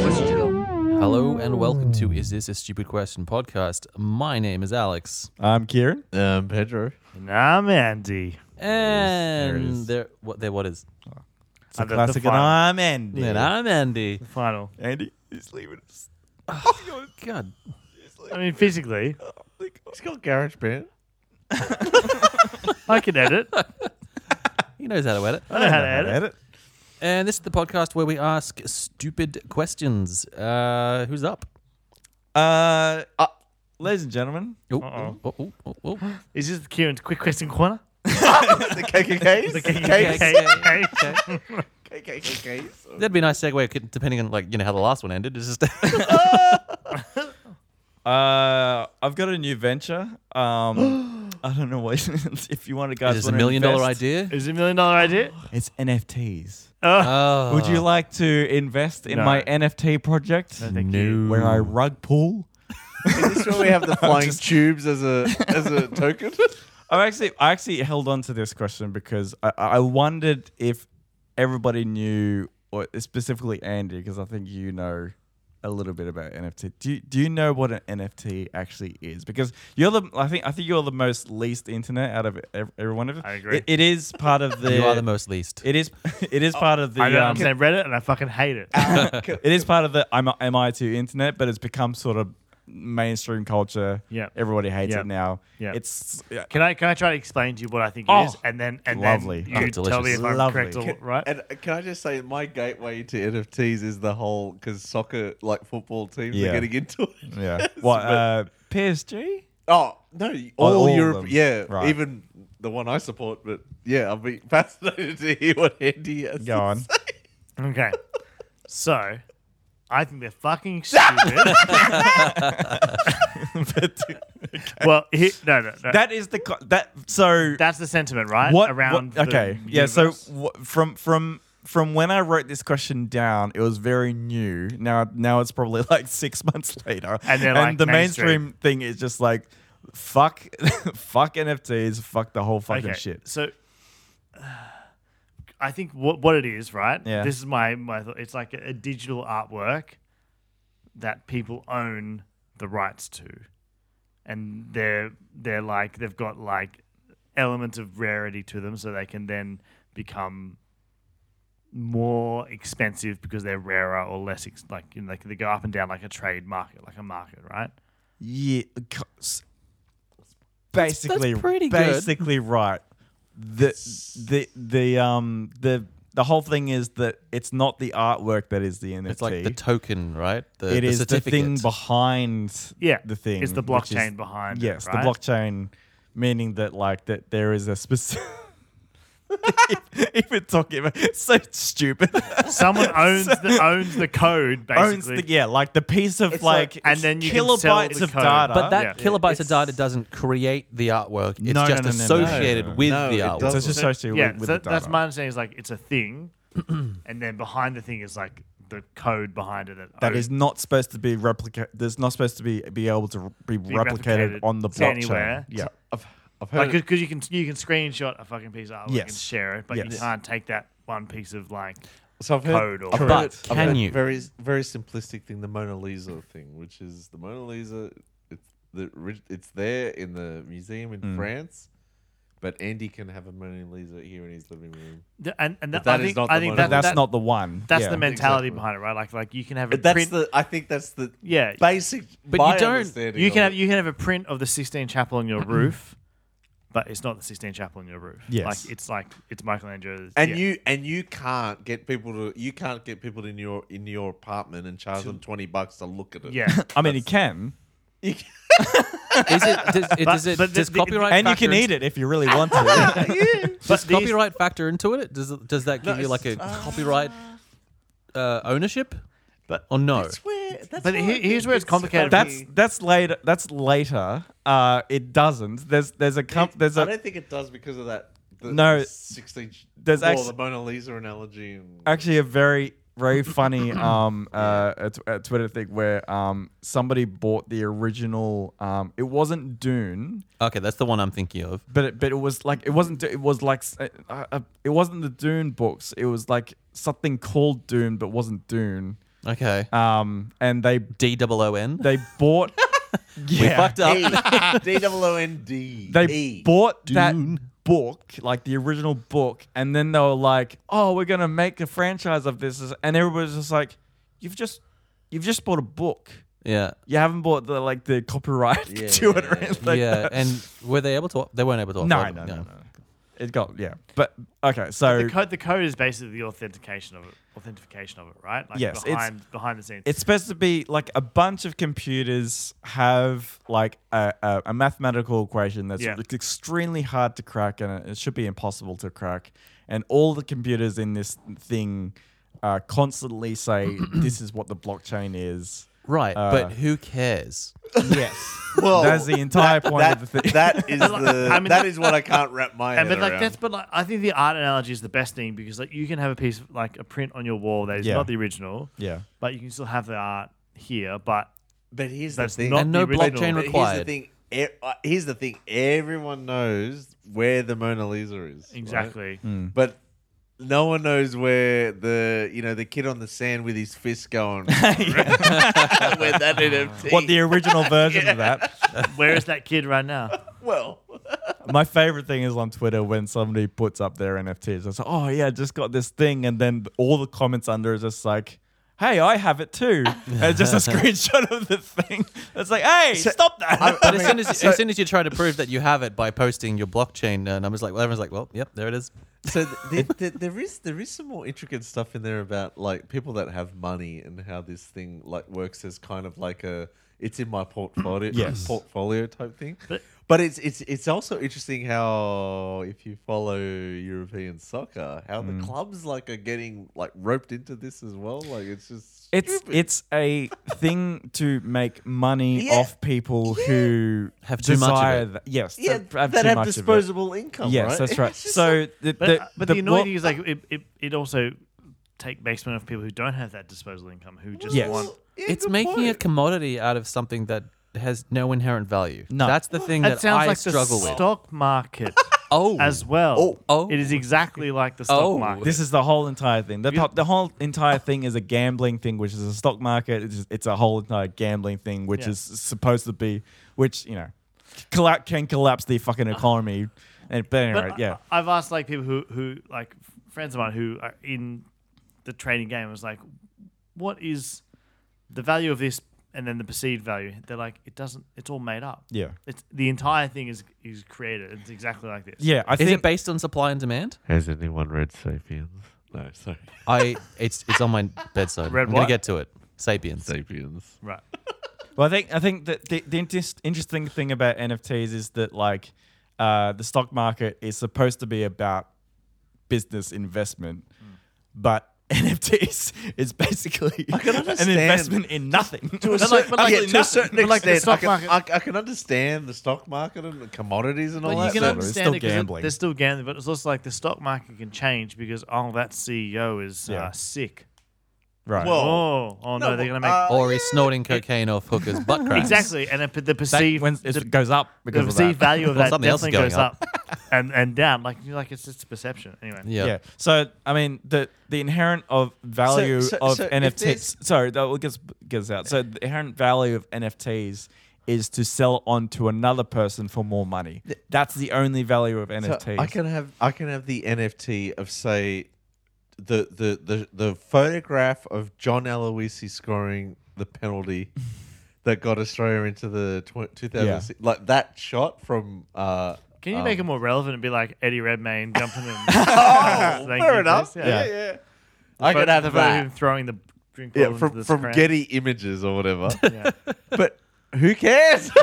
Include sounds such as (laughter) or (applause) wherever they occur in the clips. Hello and welcome to Is This a Stupid Question podcast. My name is Alex. I'm Kieran. Um, Pedro. And I'm Andy. And There it is. there what there what is? It's a Uh, the- the classic, and final- I'm Andy. And I'm Andy. The final. Andy is leaving us. God. I mean, physically, Oh He's got garage band. I can edit. I He knows how to edit. know how to edit. Edit. And this is the podcast where we ask stupid questions. Uh who's up? Uh, ladies and gentlemen, Oh, Uh-oh. oh, oh, oh, oh. Is this Kieran's quick question corner? the KKKs. the Okay, okay, okay. KKKs. That'd be a nice segue c- depending on like, you know, how the last one ended. It's just (laughs) uh, I've got a new venture. Um, I don't know what (laughs) if you want to guys. Is this a wanna million dollar invest, idea. Is it a million dollar idea? It's NFTs. Oh, Oh. Would you like to invest in No. my NFT project? no, thank you. Where I rug pull. Is this where we (laughs) have the flying tubes as a as a token? I actually, I actually held on to this question because I, I wondered if everybody knew, or specifically Andy, because I think you know a little bit about NFT. Do you, do you know what an NFT actually is? Because you're the, I think, I think you're the most least internet out of ev- everyone of us. I agree. It, it is part (laughs) of the. You are the most least. It is, it is part of the. Oh, I don't um, Uh, understand Reddit and I fucking hate it. it is part of the I'm MI2 internet, but it's become sort of mainstream culture. Yeah. everybody hates Yeah. it now. Yeah. it's Can I can I try to explain to you what I think Oh, it is, and then and lovely. then you Oh, tell me delicious. if I'm Lovely. correct or Can- right? And can I just say, my gateway to NFTs is the whole because soccer, like football teams, Yeah. are getting into it. (laughs) yeah. What uh, PSG? Oh no, all all, of Europe, them. yeah, Right. even the one I support. But yeah, I'll be (laughs) fascinated to hear what Andy has. Go on. Okay. So, I think (laughs) they're fucking stupid. well, he, no, no, no. That is the co- that. So That's the sentiment, right? what? Around what- the okay, yeah. So universe. wh- from from from when I wrote this question down, it was very new. Now now it's probably like (laughs) six months later, And they're like the mainstream. mainstream. thing is just like. Fuck, (laughs) fuck NFTs, fuck the whole fucking shit. So I think what what it is, right? Yeah. This is my my thought. It's like a, a digital artwork that people own the rights to, and they're they're like they've got like elements of rarity to them, so they can then become more expensive because they're rarer or less ex- like you know, like they go up and down like a trade market, like a market, right? Yeah, co- s- basically, pretty good. basically right. The the the um the the whole thing is that it's not the artwork that is the NFT. It's like the token, right? The, It the is the certificate. thing behind Yeah, the thing. It's the which is- blockchain behind. it, Yes, right? the blockchain, meaning that like that there is a specific. (laughs) if we're talking about so stupid, (laughs) Someone owns the owns the code basically. owns the, yeah, like the piece of like- like, and then you can sell kilobytes the of code. data. But that Yeah. kilobytes of It's- data doesn't create the artwork. It's No, no, just no, no, no, associated no, no. with No, the it artwork. so doesn't. it's just associated yeah, with, with so the data. that's my understanding. Is like it's (clears throat) a thing, and then behind the thing is like the code behind it. that is not supposed to be replicated. There's not supposed to be be able to be, replicated, replicated on the to blockchain. anywhere. Yeah, I've, I've heard. like because you can you can screenshot a fucking piece of artwork and Yes. share it, but you Yes. can't take that one piece of like So I've heard, code or- I've But heard- can I've heard you? Very, very simplistic thing, the Mona Lisa thing, which is the Mona Lisa. It's the ori- it's there in the museum Hmm. in France, but Andy can have a Mona Lisa here in his living room. th- and and But that, I that is think not I the think Mona but that, that's that- not the one. that's Yeah. the mentality Exactly. behind it, right? Like like you can have a But that's print, the. I think that's the yeah, basic. But my you don't- understanding you of can have it. you can have a print of the Sistine (clears throat) Chapel on your roof, but it's not the Sistine Chapel on your roof. Yes. like it's like it's Michelangelo's. and yeah. you and you can't get people to you can't get people in your in your apartment and charge them twenty bucks to look at it. yeah, (laughs) (laughs) I mean, you can, Is it, does, (laughs) it, does, it, but the- does the- copyright and you factor can eat into- it if you really want (laughs) to. Does these- copyright factor into it? Does it- does that give you like a copyright uh, ownership? But- or no? Where- that's But why here- I here's think where it's (laughs) complicated. that's that's later. That's later. Uh, it doesn't. There's there's a comp, there's I a don't think it does because of that. The No, 16. there's well, actu- the Mona Lisa analogy. And, actually a very (coughs) very funny um, uh, a, tw- a Twitter thing where um, somebody bought the original. Um, it wasn't Dune, Okay, that's the one I'm thinking of. but it, but it was like it wasn't. It was like s- uh, uh, it wasn't the Dune books. It was like something called Dune, but wasn't Dune. Okay. Um, and they D double O (laughs) N. they bought. yeah, We fucked up. E. (laughs) D double O N D. Uh, They E. bought that Dune. book, like the original book, and then they were like, "Oh, we're gonna make a franchise of this," and everybody's just like, "You've just, you've just bought a book. Yeah. You haven't bought the like the copyright (laughs) Yeah, to it yeah, or yeah. anything." like yeah, that. and were they able to? They weren't able to. no, upload no, it, no, no, no. It got yeah, but okay. The So code, the code is basically the authentication of it, authentication of it, right? Like Yes, it's- behind behind the scenes. it's supposed to be like a bunch of computers have like a, a, a mathematical equation that's Yeah. it's extremely hard to crack and it should be impossible to crack and all the computers in this thing uh, constantly say this is what the blockchain is Right, Uh, but who cares? (laughs) yes Well, that's the entire point Oh, that, of the thing that is the I mean, that is what I can't wrap my head and but like around. that's but like I think the art analogy is the best thing because like you can have a piece of, like a print on your wall that is Yeah. not the original, (laughs) yeah but you can still have the art here. But but here's that's the thing. not And the no original. blockchain But But required. Here's the thing. E- uh, Here's the thing. Everyone knows where the Mona Lisa is. right? Hmm. exactly. But no one knows where the you know the kid on the sand with his fist going (laughs) where that NFT. what the (laughs) original version of that (laughs) Where is that kid right now? well, My favorite thing is on Twitter when somebody puts up their NFTs. It's like, oh yeah, I just got this thing, and then all the comments under is just like, "Hey, I have it (laughs) too." and it's just a screenshot of the thing. It's like, "Hey, stop that!" (laughs) But as soon as, as soon as you try to prove that you have it by posting your blockchain uh, numbers, like well, everyone's like, well, yep, there it is. so th- (laughs) th- th- there is there is some more intricate stuff in there about like people that have money and how this thing like works as kind of like a it's in my portfolio Yes. (laughs) portfolio type thing. But- But it's it's it's also interesting how if you follow European soccer, how Mm. the clubs like are getting like roped into this as well. Like it's just it's stupid. it's a thing to make money Yeah. off people who Have too much of desire it. that. Yes, yeah, that have that too have much of it. disposable income. Yes, right? that's (laughs) It's right. just So the, But uh, the, but the, annoying thing is like it, it, it also take makes fun of people who don't have that disposable income who just Yes. want. Yeah, it's good making a point. commodity out of something that has no inherent value. No. that's the thing that, That sounds I like the struggle with. stock market Oh, as well. Oh. Oh. it is exactly like the stock Oh. market. This is the whole entire thing. The, po- the whole entire thing is a gambling thing, which is a stock market. It's, just- it's a whole entire gambling thing, which Yeah. is supposed to be, which you know, colla- can collapse the fucking economy. And but anyway, But uh, yeah, I, have asked like people who who like f- friends of mine who are in the trading game. I was like, what is the value of this, and then the perceived value? They're like, it doesn't. It's all made up. yeah, It's the entire thing is is created. It's exactly like this. yeah. I is think it based on supply and demand? Has anyone read Sapiens? No, sorry, I it's it's on my bedside. Red I'm gonna what? get to it. Sapiens. Sapiens. Right. Well, I think I think that the, the interest, interesting thing about NFTs is that like uh, the stock market is supposed to be about business investment, but (laughs) NFTs is basically an understand. investment in nothing. (laughs) to a, But certain, like- but like- yeah, but to a like- certain but like the extent, stock I, can, I, I can understand the stock market and the commodities and all But that. you can so but- it's understand still it 'cause it- gambling. They're still gambling, but it's also like the stock market can change because oh, that CEO is Yeah. uh, sick. right. Well, Oh, oh no, No, they're gonna make well, uh, or he's snorting cocaine off hookers' (laughs) butt cracks. exactly, and it, the That- perceived when the- it goes up the because of that. perceived value of Well, that something else is definitely going goes up, and and down. Like you're like it's just perception anyway. Yeah. Yeah. So I mean, the the inherent of value so- of so if there's- NFTs. Sorry, that will gets gets out. So the inherent value of NFTs is to sell on to another person for more money. That's the only value of So NFTs. I can have I can have the NFT of say the the the, the photograph of John Aloisi scoring (laughs) the penalty that got Australia into the tw- 2006 like that shot from uh Can you make it more relevant and be like Eddie Redmayne jumping in? Oh, Thank fair you, enough. Chris. Yeah, Yeah. yeah. I But could have the photo of him that. throwing the drink bottle Yeah, into from the from screen. Getty Images or (laughs) whatever. Yeah. but who cares? (laughs)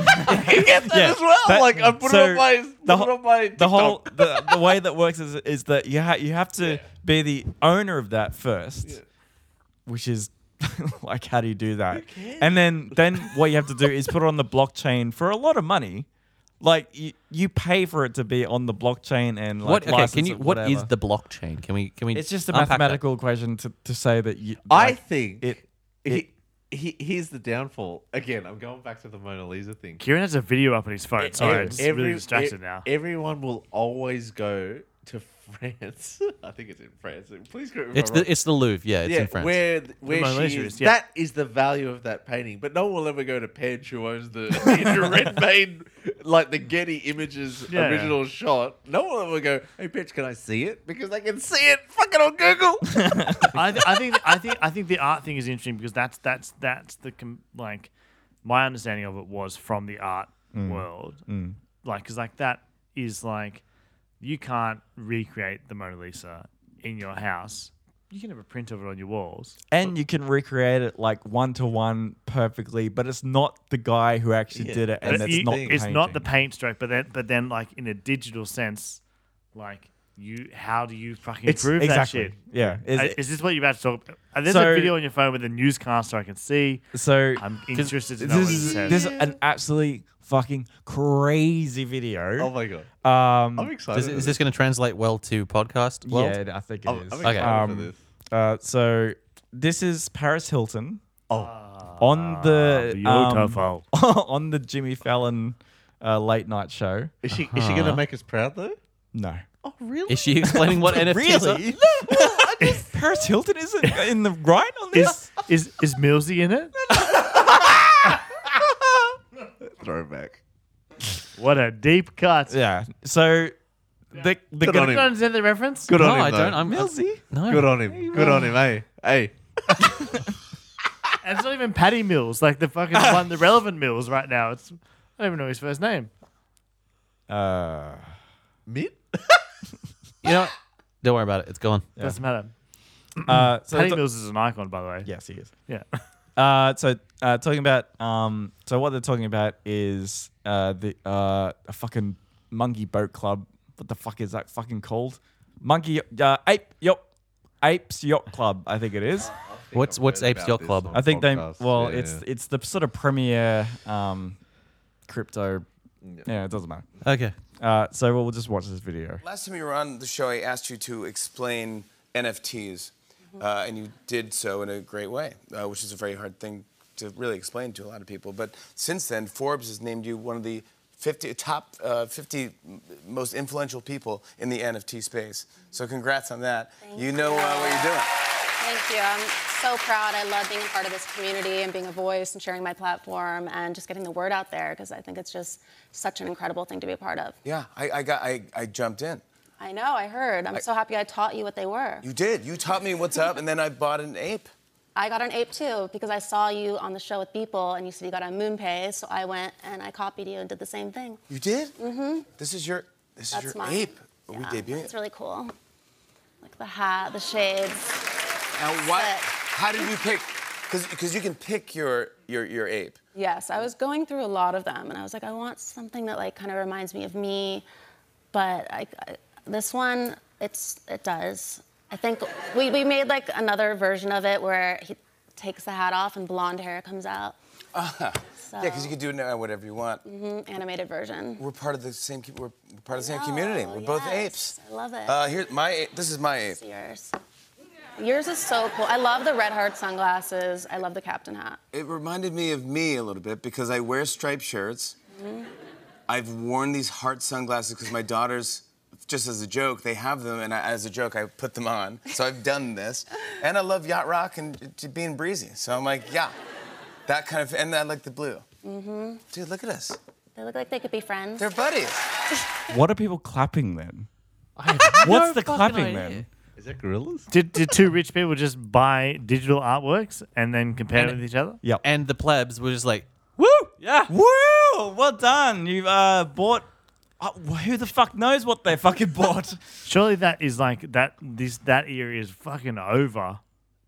he gets that Yeah, as well. that- like I put so it on my the put whole- it on my the TikTok. whole the, the way that works (laughs) is is that you ha- you have to be the owner of that first, which is (laughs) like how do you do that? And then then what you have to do is put it on the blockchain for a lot of money, Like you, you pay for it to be on the blockchain and like what? Okay, can license you? it, What is whatever. the blockchain? Can we? Can we? It's just a unpack that? mathematical equation to, to say that you. I like, think it- he, he, here's the downfall. Again, I'm going back to the Mona Lisa thing. Kieran has a video up on his phone. Sorry, Ev- it's every- really e- distracted now. Everyone will always go to (laughs) France. I think it's in France. Please correct me if It's I'm wrong. the it's the Louvre. Yeah, it's yeah, in France. where th- where Mona she Lisa is. is, yeah. That is the value of that painting. But no one will ever go to Pedge, who owns the, (laughs) the red vein, like the Getty Images Yeah. original shot. No one will ever go, "Hey, Pedge, can I see it?" Because they can see it fucking on Google. I, th- I think I think I think the art thing is interesting because that's that's that's the com- like my understanding of it was from the art Mm. world, like because like that is like you can't recreate the Mona Lisa in your house. You can have a print of it on your walls. and you can recreate it like one to one perfectly, but it's not the guy who actually Yeah, did it, that's and But it's you- not. it's not the painting. paint stroke, but then but then like in a digital sense, like you how do you fucking It's improve exactly. that shit? Yeah. Is Uh, Is this what you're about to talk about? Uh, There's So- a video on your phone with a newscaster I can see. so I'm interested to know this what it is says. this is an absolutely fucking crazy oh video. my god, um, I'm excited. Does it- for is this. this going to translate well to podcast world? yeah, I think it I'm, I'm is. excited Um, for this. Uh, so this is Paris Hilton Ah, on the beautiful. um, (laughs) on the Jimmy Fallon uh, late night show. Is she is she Uh-huh. going to make us proud though? No, Oh really? Is she explaining what NFTs are? (laughs) really? (laughs) Paris Hilton isn't in the right on this. is is is Millsy in it? Throwback. What a deep cut. yeah. So the the Good on I guy, don't understand the reference. Good No, on him. I though. don't. I'm, I'm- Millsy? no. Good on him. Good on him. Hey, hey. And It's not even Patty Mills, like the fucking one, the relevant Mills right now. It's I don't even know his first name. uh, Mid. You know, don't worry about it. It's gone. Doesn't matter. uh, so Patty the- Mills is an icon, by the way. yes, he is. Yeah. Uh, so uh, talking about um, so what they're talking about is uh, the uh, a fucking monkey boat club. What the fuck is that fucking called? Monkey uh, ape yacht apes yacht club. I think it is. What's what's Apes Yacht Club? I think they well, it's it's the sort of premier um, crypto. Yeah. it doesn't matter. Okay. Uh, so we'll, we'll just watch this video. Last time you were on the show, I asked you to explain NFTs, Mm-hmm. uh, and you did so in a great way, uh, which is a very hard thing to really explain to a lot of people. But since then, Forbes has named you one of the 50 top uh, 50 m- most influential people in the NFT space. So congrats on that. you know uh, what you're doing. Thank you. I'm so proud. I love being a part of this community and being a voice and sharing my platform and just getting the word out there because I think it's just such an incredible thing to be a part of. Yeah, I, I got I, I jumped in. I know, I heard. I'm so happy I taught you what they were. You did. You taught me what's up, and then I bought an ape. I got an ape too because I saw you on the show with Beeple and you said you got a MoonPay, so I went and I copied you and did the same thing. You did? Mm-hmm. This is your this That's is your mine. ape. Are Yeah, we debuting it? It's really cool. Like the hat, the shades. Now, why? But- How did you pick? Because you can pick your your your ape. Yes, I was going through a lot of them, and I was like, I want something that like kind of reminds me of me, but I, I- this one, it's it does. I think we, we made like another version of it where he takes the hat off and blonde hair comes out. So, Uh-huh. Yeah, because you can do it now whatever you want. animated version. We're part of the same. co- We're part of the same community. Oh, We're both yes. apes. I love it. Uh, here, my ape- this is my ape. It's yours. Yours is so cool. I love the red heart sunglasses. I love the captain hat. It reminded me of me a little bit because I wear striped shirts. I've worn these heart sunglasses because my daughters, just as a joke, they have them, and I, as a joke, I put them on. So I've done this, and I love yacht rock and t- t- being breezy. So I'm like, yeah, that kind of, and I like the blue. Mm-hmm. Dude, look at us. They look like they could be friends. They're buddies. What are people clapping then? I have What's no the fucking clapping idea. then? Is that gorillas? Did did two rich people just buy digital artworks and then compare it with each other? Yep. And the plebs were just like, Woo! Yeah. Woo! Well done. You've uh, bought. Uh, who the fuck knows what they fucking bought? Surely that is like that. This that era is fucking over.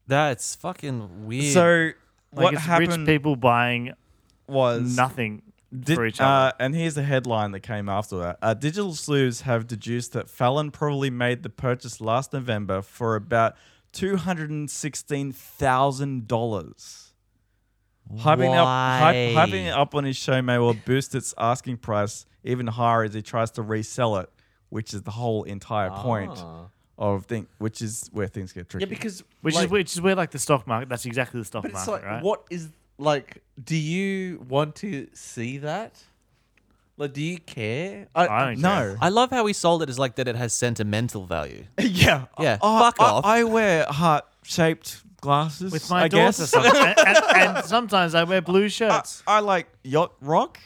"That's fucking weird." (laughs) so Like what it's happened rich people buying was nothing Did- for each uh, other. and here's the headline that came after that. Uh, digital sleuths have deduced that Fallon probably made the purchase last November for about two hundred and sixteen thousand dollars. Hyping, up, Why? hype, hyping it up on his show may well boost its asking price even higher as he tries to resell it, which is the whole entire point Ah. of thing, which is where things get tricky. Yeah, because Which like, is which is where like the stock market. That's exactly the stock But it's market, like, right? what is like? Do you want to see that? Like, do you care? I don't care. no, I love how he sold it as like that it has sentimental value. (laughs) yeah, Yeah, I- fuck I- off. I wear heart-shaped glasses With my I daughter, guess. sometimes. (laughs) and, and- and sometimes I wear blue I, shirts. (laughs) I like yacht rock.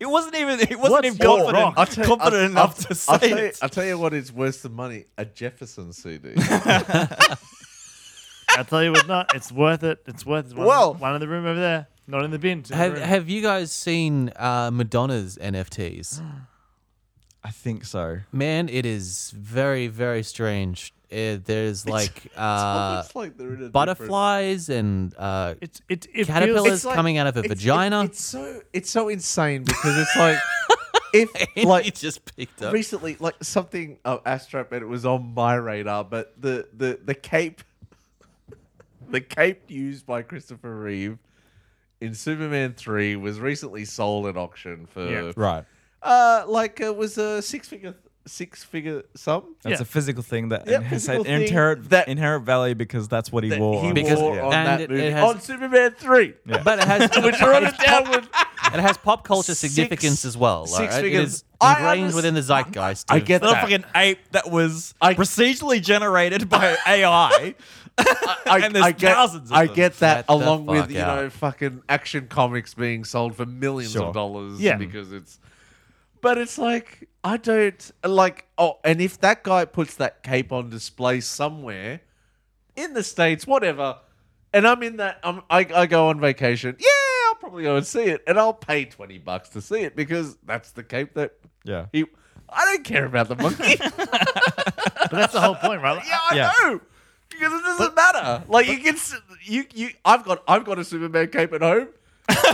It wasn't even. It wasn't What's even yacht confident, rock? I'll tell- confident enough to say I'll tell, you, it. I'll tell you what is worse than money: a Jefferson (laughs) CD. I tell you what, not. It's worth it. It's worth it. One, Well- one in the room over there, not in the bin. it's in the Have room. Have you guys seen uh, Madonna's (gasps) NFTs? I think so. Man, it is very very strange. It, there's (laughs) like uh, Almost like they're in a different- butterflies and uh, (laughs) it's it, it Caterpillars. Feels, It's coming out of a it's- vagina. it's so it's so insane because it's like (laughs) if like he just picked up. recently like something of Astrap and it was on my radar, but the the the cape (laughs) the cape used by Christopher Reeve in Superman 3 was recently sold at auction for Yeah. Right. uh like it was a six figure six figure sum That's Yeah. a physical thing that Yeah, has physical an thing inherent that- inherent value because that's what he that wore. he on- Because- wore on and that it- it movie has- on Superman 3 But it (laughs) has which are on a downward it has pop culture Six- significance as well. six alright? It figures. is I ingrained underst- within the zeitgeist. I dude. (laughs) get Not a that. fucking ape that was I- procedurally generated (laughs) by AI. I, (laughs) And there's I get, thousands of I them. get that Get the along fuck with you out. know fucking action comics being sold for millions Sure. of dollars Yeah. because it's but it's like I don't like oh and if that guy puts that cape on display somewhere in the states whatever and I'm in that I'm, I I go on vacation yeah I'll probably go and see it and I'll pay 20 bucks to see it because that's the cape that Yeah. he I don't care about the monkey but that's the whole point, right? Like, (laughs) yeah, I Yeah. know. Because it doesn't matter. Like you can, s- you you. I've got I've got a Superman cape at (laughs) home.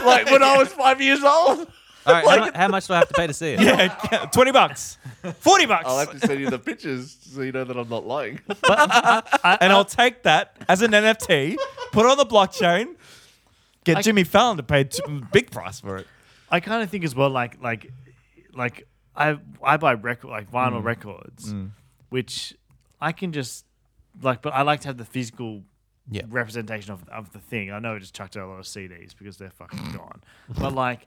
like when I was five years All old. (laughs) right, how, mu- how much do I have to pay to see it? (laughs) Yeah, yeah, twenty bucks, forty bucks, I'll have to send (laughs) you the pictures so you know that I'm not lying. and I'll take that as an NFT, put it on the blockchain, get Jimmy Fallon to pay t- big price for it. I kind of think as well, like like like I I buy record like Mm. vinyl records, which I can just like, but I like to have the physical Yeah. representation of of the thing. I know I just chucked out a lot of CDs because they're (laughs) fucking gone, but like,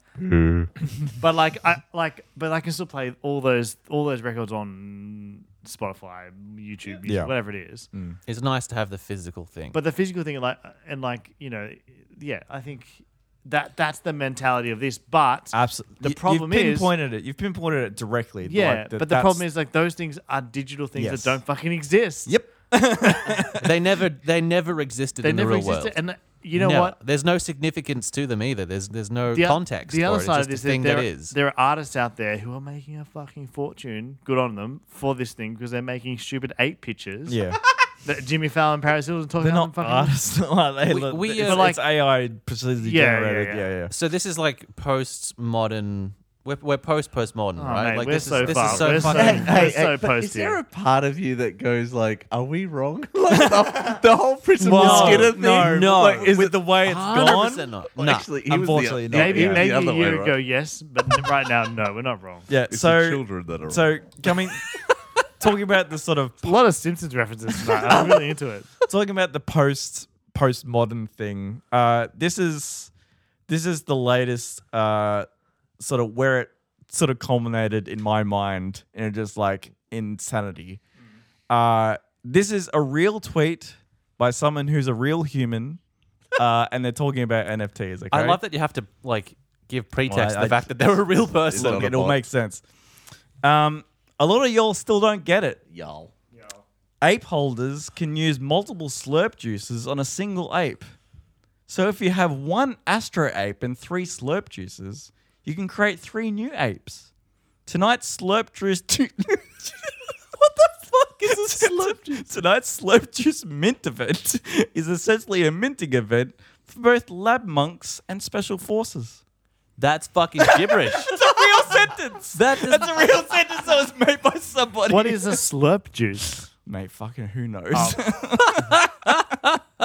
but like I like, but I can still play all those all those records on Spotify, YouTube, music, Yeah. Mm. whatever it is. It's nice to have the physical thing. But the physical thing, like and like you know, yeah, I think. That, that's the mentality of this, but Absolutely. the problem you've is pinpointed it. You've pinpointed it directly. yeah, like, that- but the that's- problem is like those things are digital things Yes. that don't fucking exist. Yep. they never they never existed they in never the real existed. world. And uh, you know Never. what? There's no significance to them either. There's there's no The o- context. The for other it. side it's of this just a thing is there, that is. there are artists out there who are making a fucking fortune. Good on them for this thing because they're making stupid ape pictures. Yeah. that Jimmy Fallon, Paris Hilton talking They're not about them fucking. artists. (laughs) like, they We- look- we, uh, it's, But like- it's AI precisely Yeah, yeah, generated. yeah. yeah, yeah. So this is like post modern. We're, we're post postmodern, Oh, right? mate, like we're this so is this far- is so we're so- (laughs) fucking. (laughs) We're so but is posty. there a part of you that goes like, "Are we wrong?" (laughs) like the, the whole prison No, Skinner thing. no, no. Like, is it the way it's 100% gone? not. Well, No. actually, he was the- Unfortunately not, Maybe Yeah, the maybe a other way year around. ago, yes, but n- right now, no, we're not wrong. Yeah. It's the so children that are. so coming talking about the sort of A lot of Simpsons references tonight. I'm really into it. talking about the post postmodern thing. Uh, this is this is the latest uh, sort of where it sort of culminated in my mind and just like insanity. Mm. Uh, this is a real tweet by someone who's a real human, uh, (laughs) and they're talking about NFTs. Okay? I love that you have to like give pretext Well, to I- the fact that they're a real Look, person. on Look, the it all bot. makes sense. Um, a lot of y'all still don't get it. y'all. ape holders can use multiple slurp juices on a single ape. So if you have one astro ape and three slurp juices, you can create three new apes. Tonight's slurp juice. (laughs) what the fuck is a slurp juice? Tonight's slurp juice mint event (laughs) is essentially a minting event for both lab monks and special forces. That's fucking gibberish. Real sentence. That does- (laughs) That's a real sentence that was made by somebody. Oh. What is a slurp juice? Mate, fucking who knows?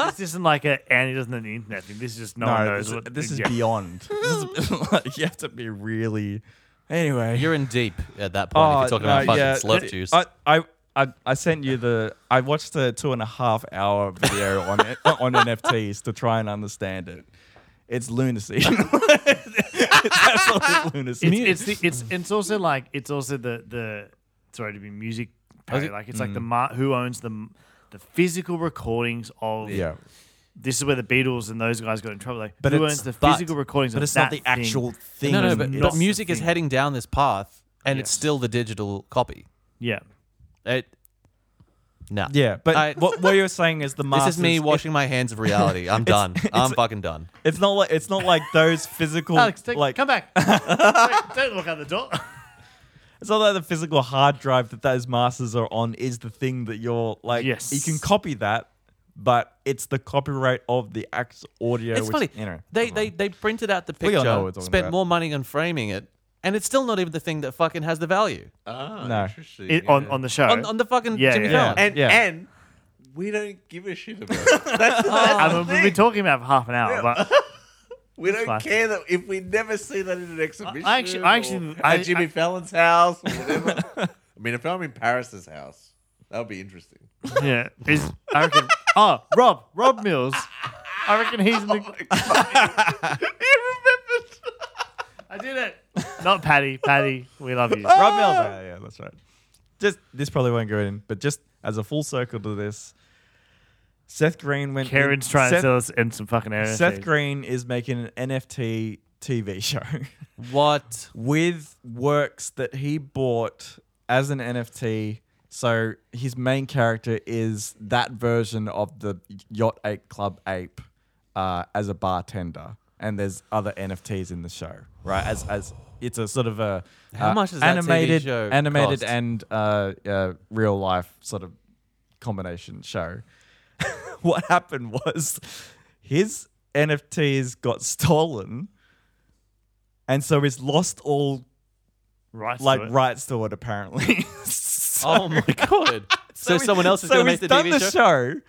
This isn't like a Annie doesn't know the internet thing. This is just Oh, no, one No, knows this, (laughs) what. this is yeah. beyond. This is (laughs) like you have to be really. Anyway, You're in deep at that point if you're talking about fucking slut Oh, it- juice. I, I, I, I sent you the. I watched the two and a half hour video on it, (laughs) on NFTs to try and understand it. It's lunacy. (laughs) it's absolute lunacy. It's, it's the it's it's also like it's also the the sorry to be music parody, like it's Mm. like the mar- who owns the m- the physical recordings of yeah, this is where the Beatles and those guys got in trouble. Like, But who it's- owns the but- physical recordings but of it's not that the actual thing? thing. no, no, It's but, not but the music is thing. heading down this path, and it's Yes. still the digital copy. Yeah, It, nah. Yeah, but I- what, what you're saying is (laughs) the This masters. is me it- washing my hands of reality. (laughs) I'm done. I'm fucking done. It's not like it's not like those physical (laughs) Alex, take, like come back. Wait, don't walk out the door. It's not like the physical hard drive that those masters are on is the thing that you're like. Yes. You can copy that, but it's the copyright of the actual audio. It's which, funny. You know, they, they they printed out the We all know picture, what we're talking spent about. more money on framing it, and it's still not even the thing that fucking has the value Ah, No. (laughs) interesting. It- on yeah. on the show. on, on the fucking Yeah, Jimmy yeah. Fallon. and yeah. and we don't give a shit (laughs) about it. I mean, we've been talking about it for half an hour, but We don't fine. care that if we never see that in an exhibition. I actu- I or actually- at I- Jimmy I- Fallon's house or whatever. (laughs) I mean, if I'm in Paris's house, that would be interesting. (laughs) yeah, is I reckon. (laughs) Oh, Rob, Rob Mills. I reckon (laughs) he's in the. (laughs) I did it. Not Patty. Patty, we love (laughs) you. Rob Mills. Yeah, yeah, that's right. Just this probably won't go in, but just as a full circle to this, Seth Green went. Karen's trying Mm, Seth, to sell us in some fucking areas. Seth Green is making an NFT TV (laughs) show. What? with works that he bought as an NFT. So his main character is that version of the Yacht Ape Club Ape uh, as a bartender, and there's other NFTs in the show, right? As as it's a sort of a How uh, much does that TV animated, show animated cost? and uh, uh, real life sort of combination show. (laughs) what happened was his NFTs got stolen, and so he's lost all Right. like to it. rights to it apparently. so, (laughs) Oh my god! so, he- someone else is so going to make he's the done TV the show. show.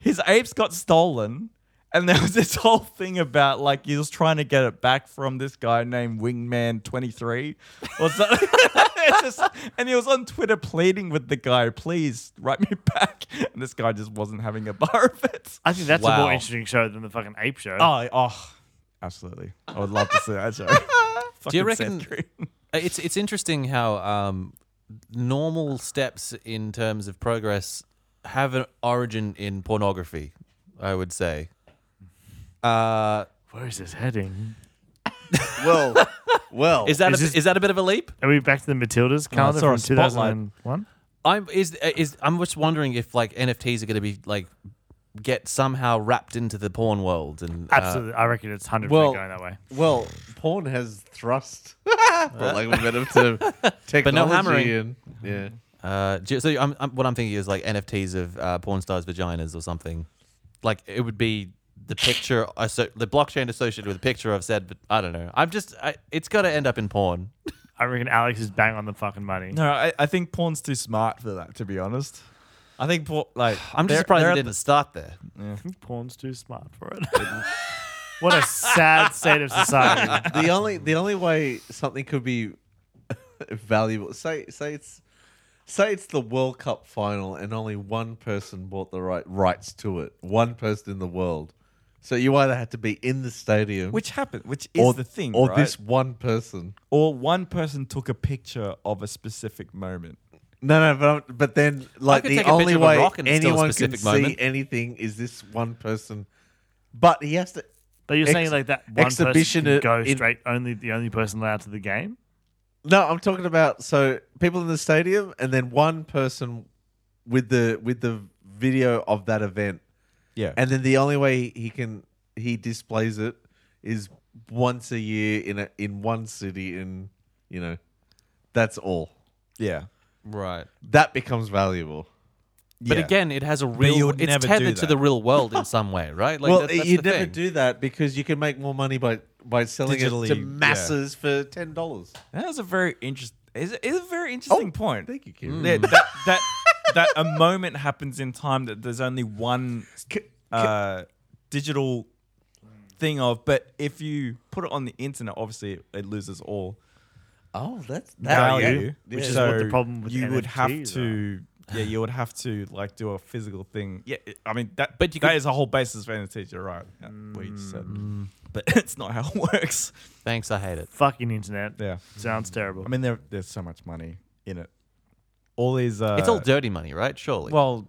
His apes got stolen, and there was this (laughs) whole thing about like he was trying to get it back from this guy named Wingman Twenty Three, or something. (laughs) It's just- and he was on Twitter pleading with the guy, "Please write me back." And this guy just wasn't having a bar of it. I think that's a Wow. more interesting show than the fucking ape show. Oh, oh, absolutely. I would love to see that show. Do you Fucking Seth reckon- Green. Uh, It's it's interesting how um, normal steps in terms of progress have an origin in pornography. I would say. Uh, Where is this heading? Well, (laughs) well, is that Is a, this- is that a bit of a leap? Are we back to the Matildas calendar Oh, saw a from two spotlight. thousand and one? I'm is uh, is I'm just wondering if like NFTs are going to be like get somehow wrapped into the porn world and uh, Absolutely, I reckon it's hundred well- percent going that way. well, porn has thrust, (laughs) but like we've got up to technology no hammering. and yeah. Uh, ju- so I'm, I'm, what I'm thinking is like NFTs of uh, porn stars' vaginas or something. Like it would be the picture, asso- the blockchain associated with a picture of said. But I don't know. I'm just. I, it's got to end up in porn. I reckon Alex is bang on the fucking money. No, I, I think porn's too smart for that. To be honest, I think porn like (sighs) I'm just they're- surprised they're it at didn't start there. Porn's too smart for it. (laughs) what a sad state of society. the only the only way something could be (laughs) valuable say say it's say it's the World Cup final and only one person bought the right rights to it. One person in the world. So you either had to be in the stadium the- which happened, which is or the thing, or right? this one person. or one person took a picture of a specific moment. No, no, but I'm- but then like could the take a picture only of a way rock and it's still a anyone can specific see moment. anything is this one person. But he has to But you're Ex- saying like that one exhibition person can go i- in- straight, only the only person allowed to the game. No, I'm talking about so people in the stadium and then one person with the with the video of that event. Yeah, And then the only way he can he displays it is once a year in a in one city in you know that's all. yeah, Right. That becomes valuable. But Yeah. again, it has a you real. would It's never do tethered to that. the real world in some way, right? Like well, that- that's you'd the never thing. do that because you can make more money by by selling Digitally, it to yeah. masses for ten dollars. that was a very interesting. Is is a very interesting point. Oh, Thank Mm. you, Hmm. Kieran. Yeah, that that that a moment happens in time that there's only one C- uh, digital thing of, but if you put it on the internet, obviously it, it loses all Oh, that's value, yeah. which Yeah. is what so the problem with you would have NFTs to. Yeah, you would have to like do a physical thing. Yeah, it- I mean that. But you that could- is a whole basis for NFTs. You're right. Yeah, what you just said. (laughs) But it's not how it works. Thanks, I hate it. Fucking internet. Yeah. Sounds terrible. I mean, there, there's so much money in it. All these. Uh, It's all dirty money, right? Surely. Well,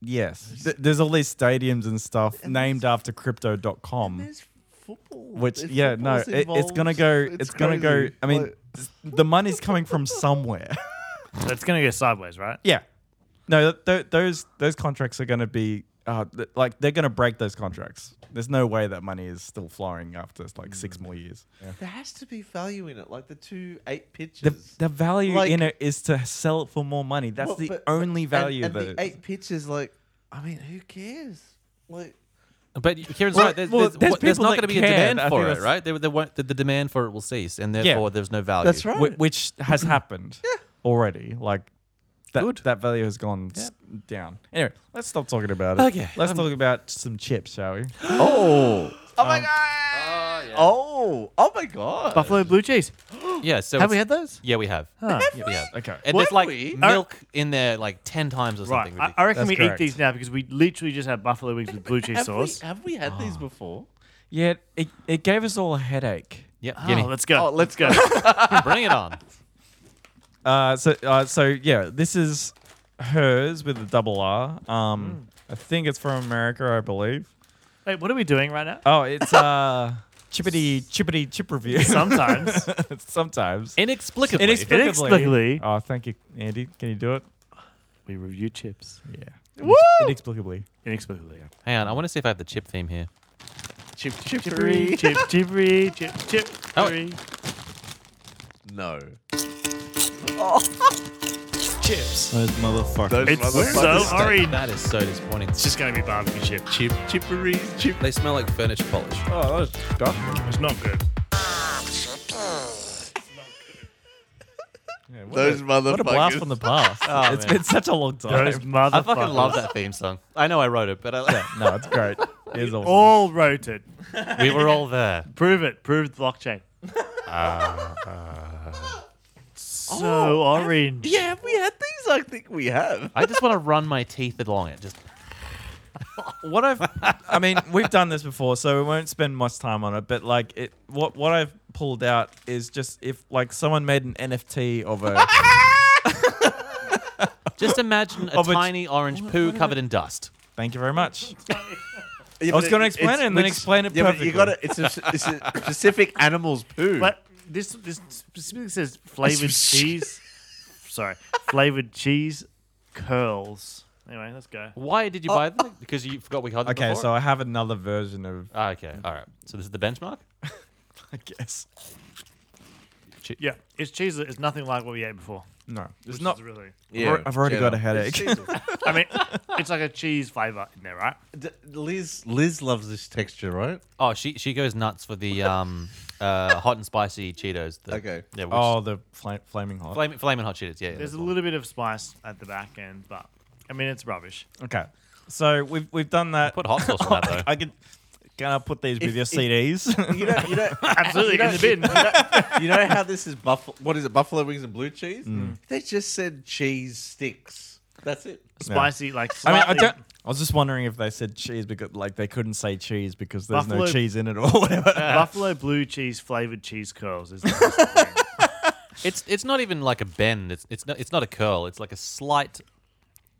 yes. Th- there's all these stadiums and stuff named after crypto.com. There's football. Which There's yeah no it, footballs it's gonna involved. go it's, gonna go crazy. I mean Like, s- the money's coming from somewhere That's going to go sideways, right? yeah no th- th- those those contracts are gonna be uh, th- like they're gonna break those contracts there's no way that money is still flowing after like six Mm. more years there has to be value in it, like the two eight the, pitches. the value Like- in it is to sell it for more money that's Well, the but- but- only and- value And, that the it- eight pitches, like, I mean, who cares? Like, But Kieran's Well, right. There's, well, there's, there's what- there's people not that going to be a care. demand I think for it, that's- right? There, there won't, the, the demand for it will cease, and therefore there's no value. That's right. Whi- which (clears throat) has happened already. Like that, that value has gone s- down. Anyway, let's stop talking about it. Okay, um, Let's talk about some chips, shall we? oh, oh my god, oh, oh my god, Buffalo blue cheese. Yeah. So Have we it's- had those? Yeah, we have. Huh. Yeah, we have. Okay. And What there's like we- milk in there like ten times or Right. something. I, ridiculous. I reckon That's we correct. eat these now because we literally just had buffalo wings with blue cheese have we, sauce. have we had these Ah. before? Yeah, it, it gave us all a headache. yeah. Oh, Guinea. let's go. Oh, let's let's go. Bring it on. Uh, so uh, so yeah, this is hers with a double R. Um, I think it's from America, I believe. Wait, what are we doing right now? Oh, it's uh, (laughs) chippity chippity chip review. Sometimes. (laughs) Sometimes. Inexplicably. Inexplicably. Inexplicably. Oh, thank you, Andy. Can you do it? we review chips. Yeah. Inexplicably. Inexplicably. yeah. Hang on. I want to see if I have the chip theme here. Chip Chippery, chip, chippery, chip, chip. Oh. chippery. No, Chips. Those motherfuckers. Those Oh. It's motherfuckers so take- orange. That is so disappointing. It's just going to be barbecue chip. Chip chippery, chip. They smell like furniture polish. Oh, that was It's not good. Those motherfuckers. What a blast from the past. It's man. been such a long time. Those motherfuckers. I fucking love that theme song. I know I wrote it, but I, (laughs) no, it's great. It (laughs) is awesome. All wrote it. we were all there. Prove it. Prove the blockchain. Uh, so orange. Yeah, have we had these? I think we have. I just want to run my teeth along it. Just What I've, I mean, we've done this before, so we won't spend much time on it. But like, it, what what I've pulled out is just if like someone made an NFT of a, just imagine a (laughs) Oh, but- tiny orange poo covered in dust. thank you very much. Yeah, I was but gonna it- explain it's- it and then which- explain it yeah, but perfectly. You got to It's a, it's a specific animal's poo. But this this specifically says (laughs) flavored cheese. Sorry, flavored cheese curls. Anyway, let's go. Why did you buy them? Because you forgot we had them Okay, before? so I have another version of, Ah, okay, all right. So this is the benchmark? I guess, Yeah, it's cheese. that is nothing like what we ate before. no, it's which not. is really. alre- I've already got a It's headache. cheesy. I (laughs) mean, it's like a cheese flavor in there, right? D- Liz, Liz loves this texture, right? Oh, she she goes nuts for (laughs) the um uh hot and spicy Cheetos. The, Okay. Yeah, which, (laughs) Oh, the fla- flaming hot. flaming, flaming hot Cheetos, yeah. yeah There's that's a the one. little bit of spice at the back end, but I mean, it's (laughs) rubbish. Okay, so we've we've done that. Put hot sauce on that, though. (laughs) I could. Can I put these with your if- (laughs) CDs? You know, (laughs) you know, Absolutely, in the bin. you know how this is buffalo. What is it? Buffalo wings and blue cheese. Mm. They just said cheese sticks. That's it. (laughs) Spicy, like I mean, I slightly- don't. I was just wondering if they said cheese because, like, they couldn't say cheese because there's no Buffalo- cheese in it or (laughs) whatever. Buffalo blue cheese flavored cheese curls (laughs) is the best thing. It's it's not even like a bend. It's it's not it's not a curl. It's like a slight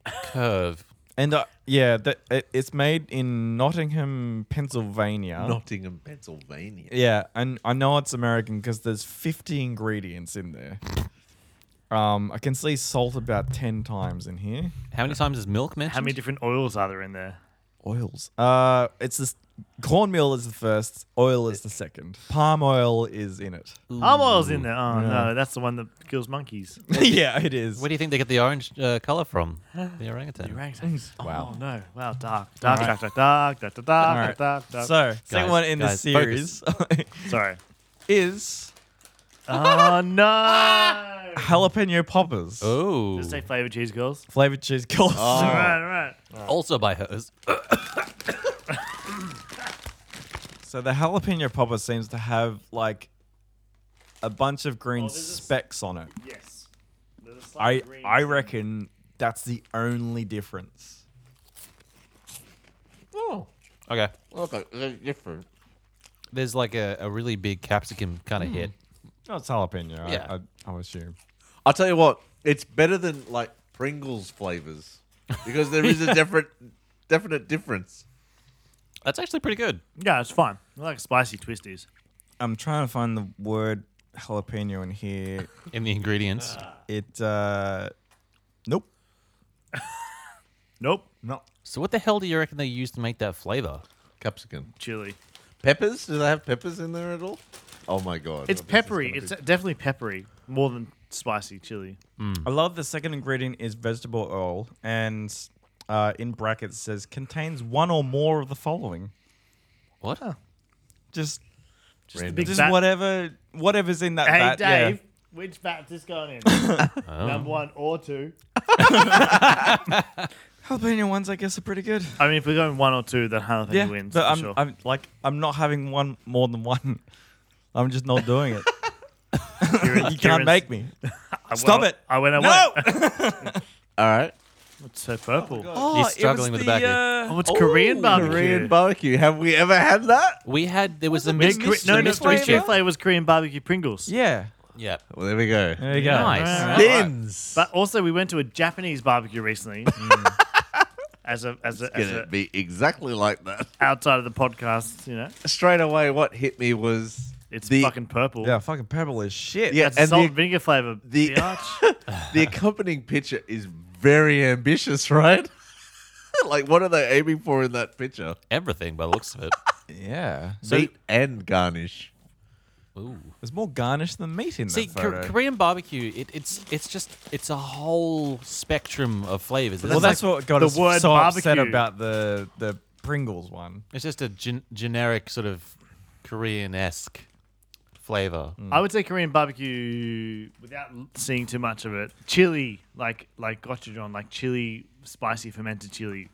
curve. And uh, yeah, that it, it's made in Nottingham, Oh. Pennsylvania. Nottingham, Pennsylvania. Yeah, and I know it's American because there's 50 ingredients in there. Um, I can see salt about 10 times in here. How many times is milk mentioned? How many different oils are there in there? Oils. Uh, it's this cornmeal is the first, oil is the second. Palm oil is in it. Palm oil's in there. Oh no, that's the one that kills monkeys. (laughs) yeah, it is. Where do you think they get the orange uh, color (gasps) from? The orangutan. Orangutans. Wow. Oh no. Wow. Dark. Dark. Dark. Dark. Dark. Dark. Dark. Dark. Dark. Dark. So, second one in the guys, focus. series (laughs) Sorry. is Oh (laughs) no. jalapeno poppers. Oh, (laughs) Just say flavored cheese girls. flavored cheese curls. All right. All right. also by hers. So the jalapeno popper seems to have like a bunch of green there's a s- specks on it. Yes. There's a slight I green I thing. reckon that's the only difference. Oh, Okay. okay, they're different. There's like a, a really big capsicum kind of hit. No, Oh, it's jalapeno. I- Yeah. I, I, assume. I'll tell you what, it's better than like Pringles flavors because (laughs) there is a different, definite difference. That's actually pretty good. Yeah, it's fine. I like spicy twisties. I'm trying to find the word jalapeno in (laughs) here. In the ingredients. It uh, nope, Nope. no. So what the hell do you reckon they used to make that flavor? Capsicum, Chili. peppers. Do they have peppers in there at all? Oh my god, It's This is peppery. gonna It's be- definitely peppery more than spicy chili. I love the second ingredient is vegetable oil, and uh, in brackets says contains one or more of the following. What? Just Just the Random. big just fat- whatever whatever's in that Hey vat, yeah. Dave, which bat's this going in? Number one or two? Jalapeno ones, I guess, are pretty good. I mean, if we're going one or two, then jalapeno Yeah, wins. but for I'm, sure. (laughs) I'm like, I'm not having one more than one. (laughs) I'm just not doing it. Kieran- you Kieran's- can't make me. I Stop (laughs) went- it! I went. I No. went. all right. (laughs) It's so purple. Oh, Oh, He's it was struggling with the back here. uh, it's Korean barbecue. Korean barbecue. Have we ever had that? We had there was a mix, It's Kore- no, a no, mystery mystery chef. flavor was Korean barbecue Pringles. yeah. Yeah. Well, there we go. There you go. Nice. Bins. But also, we went to a Japanese (laughs) barbecue recently. Mm. as a as a, as Gonna a be exactly like that. outside of the podcast, you know, Straight away, what hit me was it's the fucking purple. Yeah, fucking purple as shit. Yeah. That's and salt the- and vinegar flavor. the- Biatch. the accompanying picture is very ambitious, (laughs) right? like, what are they aiming for in that picture? Everything by the looks of it. Yeah. Meat and garnish. Ooh. There's more garnish than meat (laughs) in See, that Kor- photo. Korean barbecue, it, it's it's just it's a whole spectrum of flavors. well, It's that's like- what got the us word so upset barbecue. about the the Pringles (laughs) one. it's just a gen- generic sort of Korean esque flavor. Mm. I would say Korean barbecue without l- seeing too much of it. Chili, like like gotcha, John, like chili, spicy fermented chili,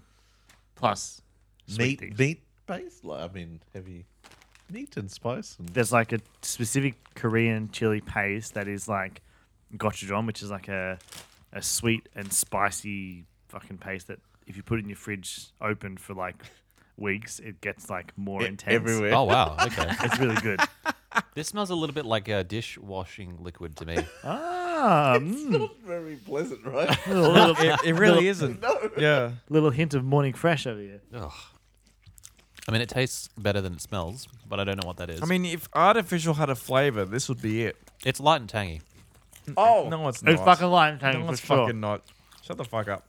plus sweet things. meat, meat based. Like, I mean, heavy meat and spice. And There's like a specific Korean chili paste that is like gochujang, which is like a a sweet and spicy fucking paste that if you put it in your fridge open for like weeks, it gets like more intense. E-, everywhere. Oh wow. Okay. It's really good. this smells a little bit like a dishwashing liquid to (laughs) me. ah, mm. Not very pleasant, (laughs) right? a little, It, it really isn't. Yeah. little hint of morning fresh over here. Ugh. I mean, it tastes better than it smells, but I don't know what that is. I mean, if artificial had a flavor, this would be it. it's light and tangy. oh, No, it's not. It's fucking lime tangy no, for it's sure. fucking not. Shut the fuck up.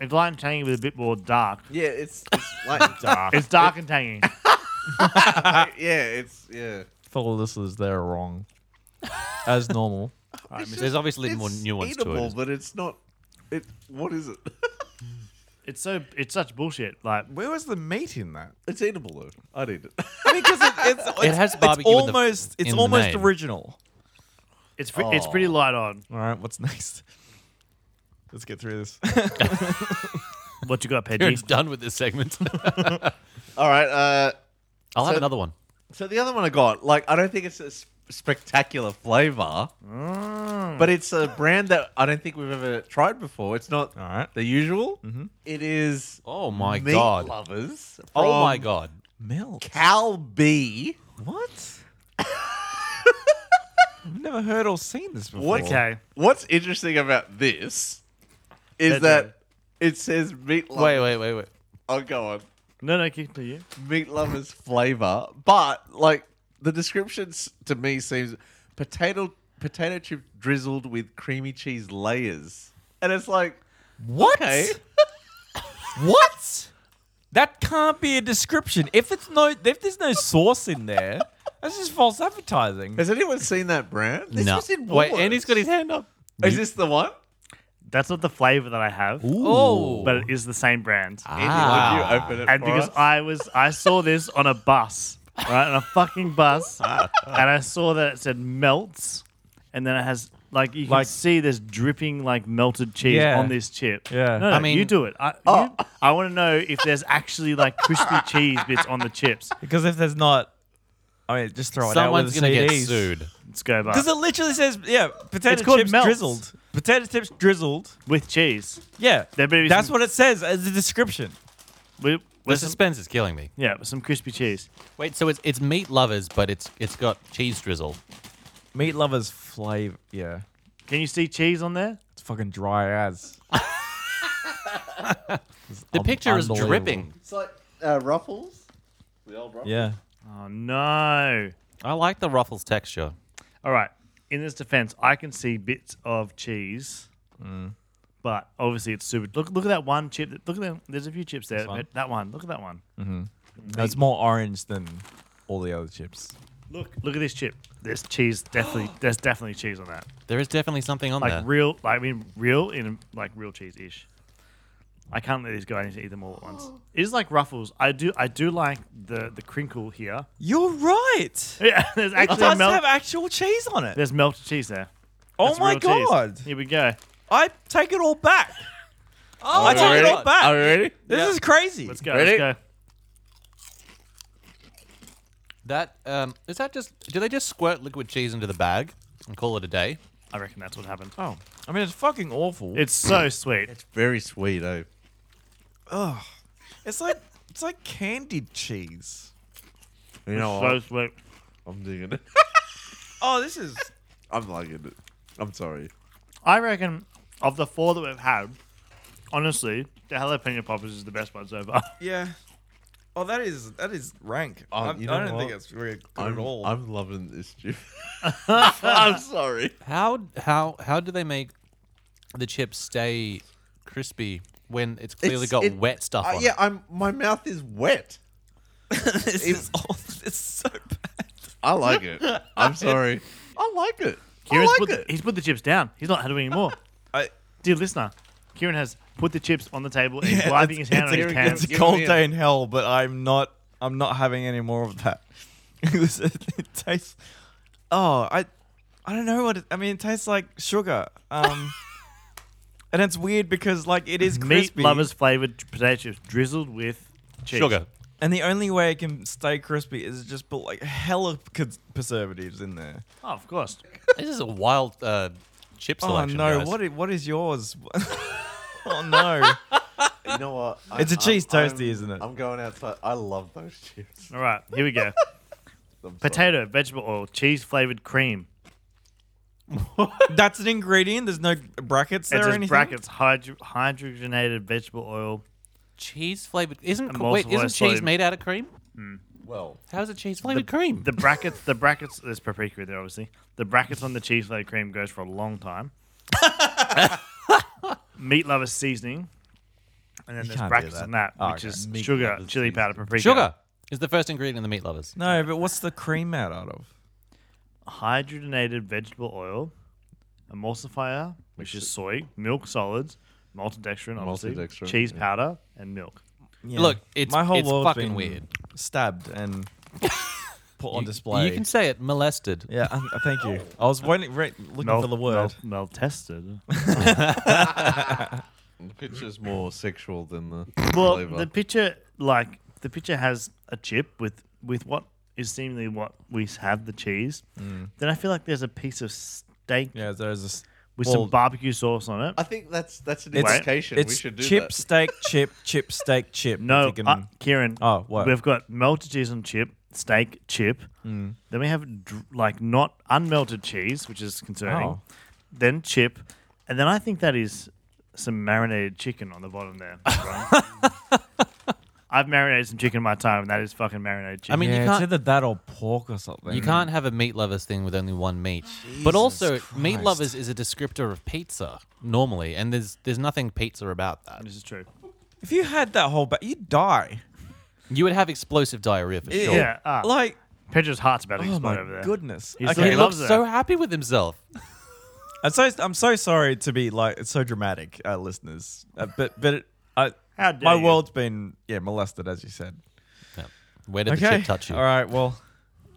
It's light and tangy with a bit more dark. yeah, it's, it's (laughs) like Dark. It's dark and tangy. (laughs) yeah, it's yeah. For the listeners, they're wrong. As normal. There's obviously more It's nuance eatable, to it. but it's not. It what is it? It's so it's such bullshit. Like (laughs) Where was the meat in that? it's eatable though. I'd eat it. (laughs) I mean, because it, it's, it's, has it's barbecue in the- almost it's in the almost name. original. it's pre- it's pretty light on. All right, what's next? Let's get through (laughs) this. What you got, Pedgy? It's done with this segment. (laughs) All right. Uh, I'll have So- another one. So the other one I got, like, I don't think it's a s- spectacular flavor, Mm. but it's a brand that I don't think we've ever tried before. It's not All right. the usual. It is Mm-hmm. Oh my meat god. lovers. Oh my from god. Milk. Cal B. (laughs) What? I've never heard or seen this before. What? Okay. What's interesting about this is Pedro. that it says meat lovers. Wait, wait, wait, wait. Oh, go on. No, no, keep to you. meat lovers flavor, but like the description s- to me seems potato potato chip drizzled with creamy cheese layers, and it's like What? okay, (laughs) What? That can't be a description. If it's no, if there's no sauce in there, that's just false advertising. has anyone seen that brand? This no. was in Wait, Woolworths. and he's got his hand up. Is this the one? That's not the flavor that I have, Oh. but it is the same brand. Ah. Andy, would you open it and for because us? I was I saw this on a bus, right, on a fucking (laughs) bus, and I saw that it said melts, and then it has like you can Like- see there's dripping like melted cheese Yeah. on this chip. Yeah. no, no, I mean- Oh. you do it. I, (laughs) you- I want to know if there's actually like crispy cheese bits on the chips. Because if there's not, I mean, just throw it out Someone's with the gonna CDs. get sued. Let's go back. Because it literally says, yeah, potato It's called chips melts. drizzled. Potato chips drizzled. With cheese. Yeah, There better be that's some- what it says as the description. We, The with some, suspense is killing me. yeah, with some crispy cheese. Wait, so it's it's meat lovers, but it's it's got cheese drizzle. Meat lovers flavor. Yeah, Can you see cheese on there? it's fucking dry as. The picture is unbelievable. dripping. It's like uh, Ruffles. The old Ruffles. Yeah, Oh, no. I like the ruffles texture. All right. In this defense, I can see bits of cheese, but obviously it's super. Look, look at that one chip. that- Look at them. There's a few chips one? there. Hmm. but That one. Look at that one. no, it's more orange than all the other chips. Look, look at this chip. There's (gasps) cheese. Definitely, there's definitely cheese on that. There is definitely something on Like there. real. Like, I mean, real in like real cheese ish. I can't let these go. I need to eat them all at once. It is like ruffles. I do. I do like the the crinkle here. (laughs) You're right. Yeah, (laughs) there's It actually does melt. have actual cheese on it. there's melted cheese there. Oh That's my real cheese. god! Here we go. I take it all back. Oh, I take it all back. Are we ready? This is crazy. Let's go. Ready? Let's go. That um, is that just? Do they just squirt liquid cheese into the bag and call it a day? I reckon that's what happened. Oh, I mean, it's fucking awful. It's so sweet. Very sweet, eh? it's like it's like candied cheese. You know so what? sweet. I'm digging it. (laughs) Oh, this is I'm liking it. I'm sorry. I reckon of the four that we've had, honestly, the jalapeno poppers is the best one so far. yeah. Oh, that is that is rank. Oh, I'm- you know I don't think what? it's very good I'm, at all. (laughs) I'm loving this, Jim. (laughs) I'm sorry. How how how do they make the chips stay crispy when it's clearly It's- got it- wet stuff Uh, on yeah, it? I'm. My mouth is wet. this is all. It's so bad. I like it. (laughs) I'm sorry. I like it. I (laughs) Kieran's like put, it. He's put the chips down. He's not having any (laughs) more. I, Dear listener, Kieran has put the chips on the table and he's wiping his hand on his Kieran, can. it's a Give cold me a- day in hell, but I'm not. I'm not having any more of that. (laughs) it, was- it tastes. Oh, I, I don't know what. It, I mean, it tastes like sugar. (laughs) Um, and it's weird because like it is Meat crispy. lovers flavored potato chips drizzled with cheese. Sugar. And the only way it can stay crispy is just put like hella cons- preservatives in there. Oh, of course. This is a wild uh, chip selection. oh no! guys. What is, what is yours? (laughs) oh no! You know what? (laughs) I- It's a I'm- cheese I'm- toasty, isn't it? I'm going outside. I love those chips. All right, here (laughs) we go. I'm sorry. Potato, vegetable oil, cheese flavored cream. That's an ingredient. There's no brackets there It or says anything. brackets hydro- hydrogenated vegetable oil. cheese flavored? Isn't Emulsified wait? Isn't cheese sodium. made out of cream? Well, How's it cheese flavored cream? The brackets, the brackets. There's paprika there, obviously. The brackets on the cheese flavored cream goes for a long (laughs) time. Meat lover seasoning, and then You can't there's do brackets that. on that, Oh, which okay. is Meat sugar, lover's chili powder, paprika, Sugar is the first ingredient in the meat lovers. No, but what's the cream out of? hydrogenated vegetable oil, emulsifier, which is soy, milk solids, maltodextrin, obviously, Maltodextrin, cheese yeah. powder, and milk. Yeah. Look, it's my whole it's world's fucking been weird. (laughs) Stabbed and put on You- display. You can say it, molested. yeah, um, thank you. I was waiting, re- looking for the word. Mal- tested. the picture's more sexual (laughs) than the Well, flavor. the picture, like the picture, has a chip with with what is seemingly what we have the cheese. Then I feel like there's a piece of steak Mm. Yeah, there's a. s- with well, some barbecue sauce on it. I think that's that's an It's- indication. It's we should do chip that. steak chip chip steak (laughs) chip. No, if you can- uh, Kieran. Oh, what? We've got melted cheese on chip, steak chip. Mm. Then we have dr- like not unmelted cheese, which is concerning. Oh. Then chip, and then I think that is some marinated chicken on the bottom (laughs) there. right? I've marinated some chicken in my time, and that is fucking marinated chicken. I mean, yeah, you it's can't- either that or pork or something. You can't have a meat lovers thing with only one meat. but also, meat Christ. lovers is a descriptor of pizza normally, and there's there's nothing pizza about that. this is true. If you had that whole bag, you'd die. You would have explosive diarrhea for sure. Uh, Yeah, ah. Like, Pedro's heart's about to oh explode my over there. goodness. He's okay, He He look, looks loves it. so happy with himself. I'm so I'm so sorry to be like it's so dramatic, uh, listeners. Uh, but but it, I, How dare my you. world's been yeah molested as you said. Where did the okay, chip touch you? all right. Well,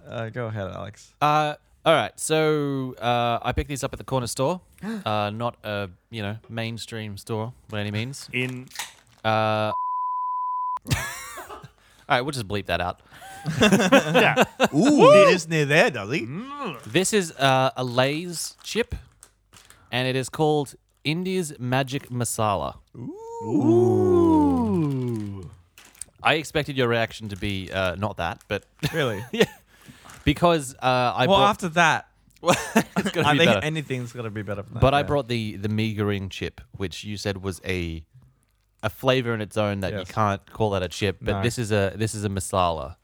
uh, go ahead, Alex. Uh, all right. So uh, I picked these up at the corner (gasps) store, uh, not a you know mainstream store by any means. In Uh, All right, we'll just bleep that out. yeah. Ooh, he lives near there, does he? Mm. This is uh, a Lay's chip, and it is called India's Magic Masala. Ooh. I expected your reaction to be uh, not that, but (laughs) Really? yeah, because uh, I Well, brought. after that, (laughs) it's gonna I be think better. anything's gonna be better. Than that, But I yeah. brought the the meagering chip, which you said was a a flavor in its own that you Yes. can't call that a chip. But No. this is a this is a masala.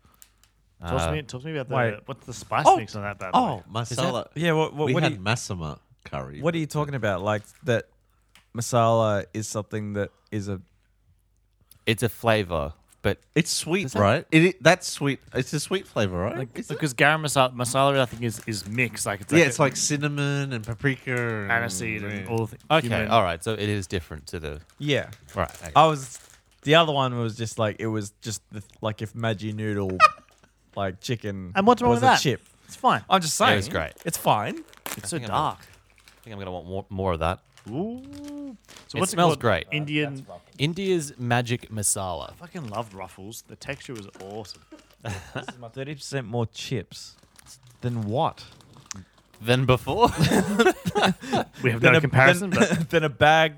Talk to me, talk to me about the wait. what's the spice Oh, mix on that bad boy? oh, Masala. yeah. What? What, we what, had are you, masama curry. what are you talking about? Like that masala is something that is a It's a flavor, but It's sweet, right? It, i- that's sweet. It's a sweet flavor, right? Is it? Because garam masala, masala, I think is is mixed. Like it's like yeah, it's like cinnamon and paprika and aniseed and yeah. all the okay, cumin. all right. So it is different to the yeah. right. okay. Uh, I was the other one was just like it was just the, like if Maggi noodle like chicken And what's wrong was with a that? chip. It's fine. I'm just saying It was great. It's fine. It's so think I'm a- dark. I think I'm gonna want more, more of that. Ooh. So It what's smells called? great. Indian. India's magic masala. fucking love ruffles. The texture was awesome. Thirty percent more chips than what? Than before, (laughs) We have Than no a- comparison, than, (laughs) than a bag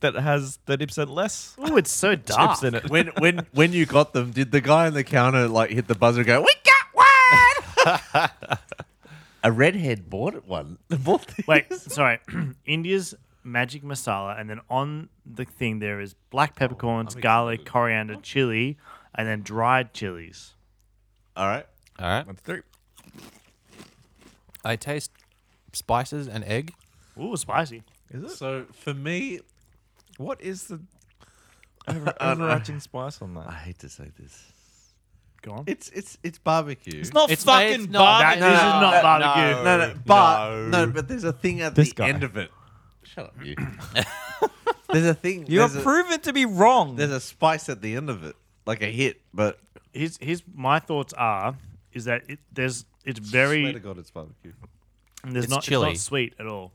that has thirty percent less but ooh, it's so dark. chips in it. when when when you got them, did the guy on the counter like hit the buzzer and go, "We got one"? (laughs) a redhead bought it one. (laughs) Bought the- Wait, sorry. (clears throat) India's magic masala, and then on the thing there is black peppercorns, garlic, coriander, chili, and then dried chilies. All right. all right. Three. I taste spices and egg. Ooh, spicy. So for me, What is the over- overarching spice on I that? hate to say this. Go on. It's it's it's barbecue. It's not It's- fucking it's not- barbecue. That- this is not no, barbecue. no, no, but no. but there's a thing at This the guy. end of it. Shut up, you. (laughs) there's a thing. You are there's a- proven to be wrong. There's a spice at the end of it, like a hit, but Here's, here's my thoughts are is that it, there's it's swear to very God, it's barbecue. there's It's not chili. it's not sweet at all,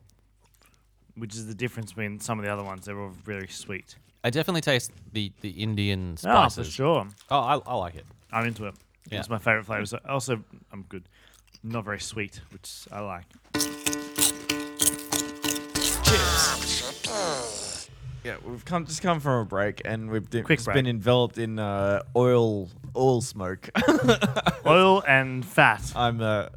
which is the difference between some of the other ones. They're all very sweet. I definitely taste the the Indian Ah, spices. for sure. Oh, I, I like it. I'm into it. Yeah. It's my favorite flavor. So also, I'm good. Not very sweet, which I like. Yeah, we've come just come from a break, and we've di- Quick just break. been enveloped in uh, oil oil smoke. (laughs) Oil and fat. I'm uh,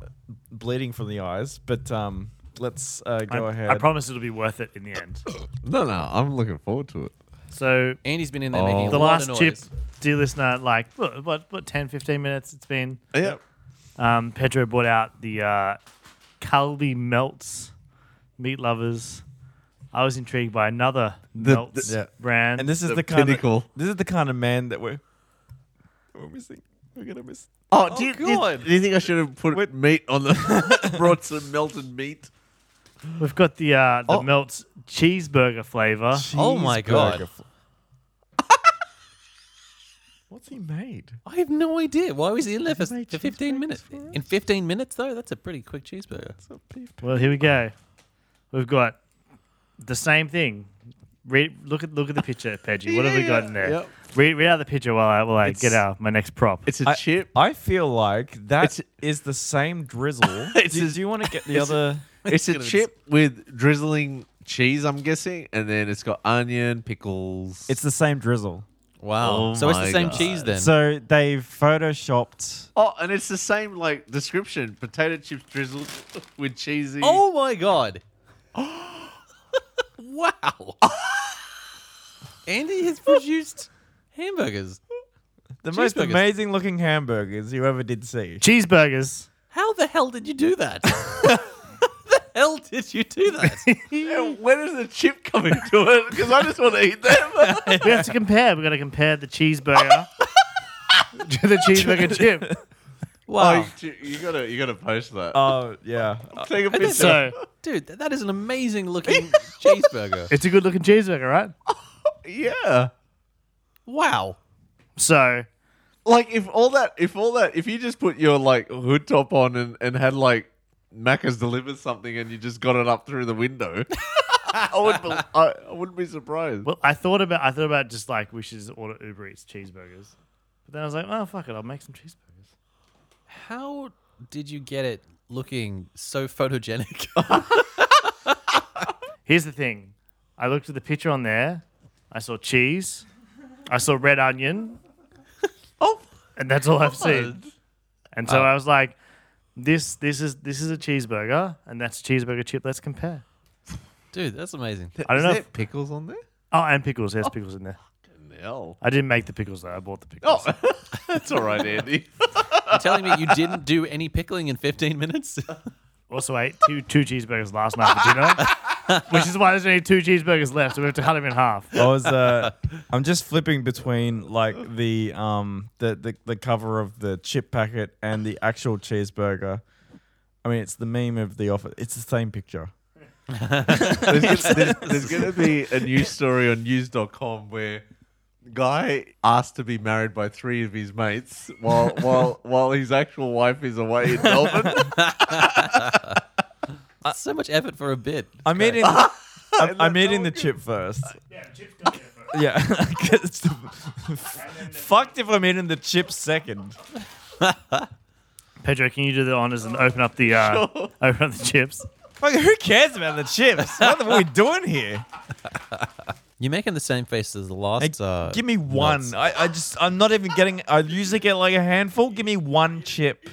bleeding from the eyes, but um, let's uh, go I'm- ahead. I promise it'll be worth it in the (coughs) end. No, no, I'm looking forward to it. So Andy's been in there making a Oh. the lot last of chip, noise. dear listener, like what, what, what 10, 15 minutes it's been. Yeah, Um, Pedro brought out the uh, Calbi melts, meat lovers. I was intrigued by another The- melts the- yeah. brand. and this is the, the kind pinnacle. of this is the kind of man that we're we're missing. We're gonna miss. Oh, do, you, do you- God. do you think I should have put meat on (laughs) the brought some melted meat? we've got the uh, the Oh. melts cheeseburger flavor. Oh my God. Cheeseburger fl- What's he made? I have no idea. Why was he in there for, made for 15 cheeseburgers minutes? for us? In 15 minutes, though, that's a pretty quick cheeseburger. It's a beef. Well, here we go. We've got the same thing. Read, look at look at the picture, Pedro. What have we got in there? Yep. Read, read out the picture while I while I It's- get out my next prop. It's a I- chip. (laughs) I feel like that is It's- the same (laughs) drizzle. It's do, a- do you want to get the it's a- other? It's a chip with drizzling cheese, I'm guessing, and then it's got onion, pickles. It's the same drizzle. Wow. Oh so it's the my same God. cheese then. So they've photoshopped. oh, and it's the same like description: potato chips drizzled (laughs) with cheesy. oh my God. wow. Andy (laughs) has produced hamburgers. The most Cheeseburgers. amazing looking hamburgers you ever did see. cheeseburgers. How the hell did you do (laughs) that? How the hell did you do that? Yeah, where does the chip come into it? Because I just want to eat (laughs) them. we have to compare. We're going to compare the (laughs) cheeseburger to the cheeseburger chip. Wow. Oh, you- you gotta, you gotta post that. Oh yeah. Uh, Take a picture. So Dude, th- that is an amazing (laughs) looking cheeseburger. it's a good looking cheeseburger, right? yeah. Wow. So Like if all that, if all that, if you just put your like hood top on and, and had like Macca's deliver something and you just got it up through the window, (laughs) I would, be, I, I wouldn't be surprised. well, I thought about I thought about just like we should just order Uber Eats cheeseburgers. But then I was like, oh fuck it, I'll make some cheeseburgers. How did you get it looking so (laughs) photogenic? Here's the thing. I looked at the picture on there. I saw cheese. I saw red onion. Oh, and that's all I've seen. And so I was like, this this is this is a cheeseburger, and that's a cheeseburger chip. Let's compare. dude, that's amazing. I don't know. there if- pickles on there? oh, and pickles. There's pickles in there. No. I didn't make the pickles though. I bought the pickles. That's all right, Andy. You're telling me you didn't do any pickling in 15 minutes? Also, I ate two two cheeseburgers last night for dinner, which is why there's only two cheeseburgers left. So we have to cut them in half. I was uh, I'm just flipping between like the um the, the the cover of the chip packet and the actual cheeseburger. I mean, it's the meme of the office. It's the same picture. (laughs) there's, gonna, (laughs) there's, there's gonna be a news story on news.com where guy asked to be married by three of his mates (laughs) while while while his actual wife is away in Melbourne. (laughs) (laughs) so much effort for a bit. I'm (laughs) eating. I'm, I'm eating the chip first. Yeah, 'cause it's the- (laughs) (laughs) fucked if I'm eating the chip second. Pedro, can you do the honors and open up the uh, open up the chips? Like, who cares about the chips? What are we doing here? You're making the same face as the Hey, last. uh, give me one. nuts. I, I just I'm not even getting. I usually get like a handful. Give me one chip.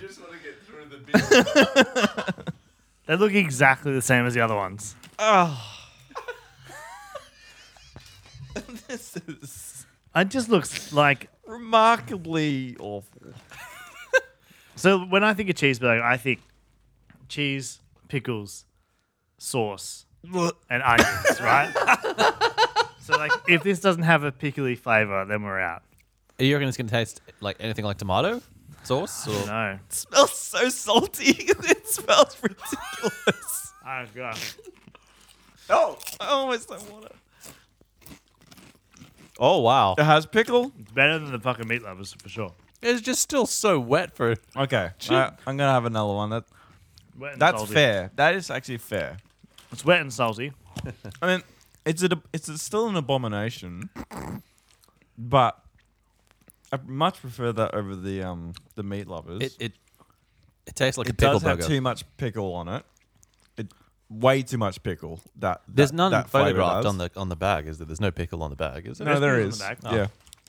They look exactly the same as the other ones. This is It just looks like remarkably awful. So when I think of cheeseburger, I think cheese, pickles, sauce, and onions, (laughs) right? so like, if this doesn't have a pickly flavor, then we're out. Are you reckon it's going to taste like anything like tomato sauce? Or? No. It smells so salty. (laughs) it smells ridiculous. Oh god. Oh, I almost don't want it. Oh, wow. It has pickle. It's better than the fucking meat lovers for sure. It's just still so wet for. Okay, I, I'm gonna have another one. That Wet and that's salty. fair. That is actually fair. It's wet and salty. I mean, it's a, it's a, still an abomination, but I much prefer that over the um the meat lovers. It, it, it tastes like a It pickle does burger. have too much pickle on it. It way too much pickle. That, that There's none that flavour photographed does. on the on the bag, is there? There's no pickle on the bag, is there? No, there pickle on is. the back. Yeah.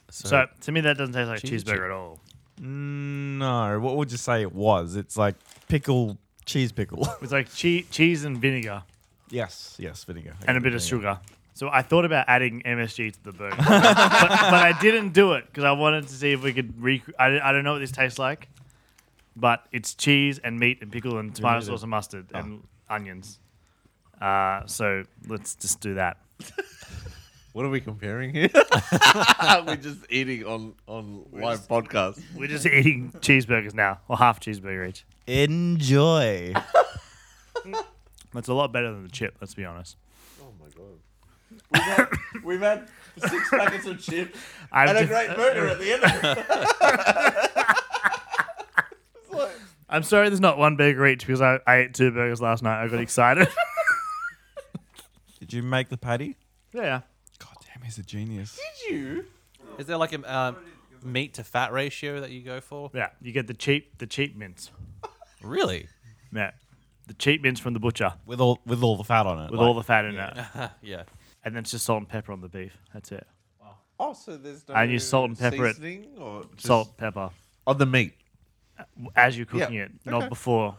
So to me, that doesn't taste like a Cheese- cheeseburger at all. Mm, No, what would you say it was? It's like pickle, cheese pickle. (laughs) It's like che- cheese and vinegar yes, yes, vinegar and a bit of sugar. So I thought about adding MSG to the burger, but, but I didn't do it because I wanted to see if we could. Rec- I, I don't know what this tastes like, but it's cheese and meat and pickle and tomato sauce and mustard and onions. Uh, so let's just do that. What are we comparing here? (laughs) We're just eating on on live podcast. We're just (laughs) eating cheeseburgers now, or half cheeseburger each. Enjoy. That's a lot better than the chip. Let's be honest. We've had six packets of chips (laughs) I've and a just- great burger at the end. Of it. (laughs) I'm sorry, there's not one burger each because I, I ate two burgers last night. I got excited. (laughs) Did you make the patty? yeah. God damn, he's a genius. Is there like a um, meat to fat ratio that you go for? Yeah, you get the cheap the cheap mints. Really? Yeah, the cheap mints from the butcher With all with all the fat on it. with all the fat in it, Yeah. and then it's just salt and pepper on the beef. That's it. Oh, so there's no And you salt and pepper it. seasoning or just Salt, pepper, on the meat. as you're cooking Yeah, it, not before.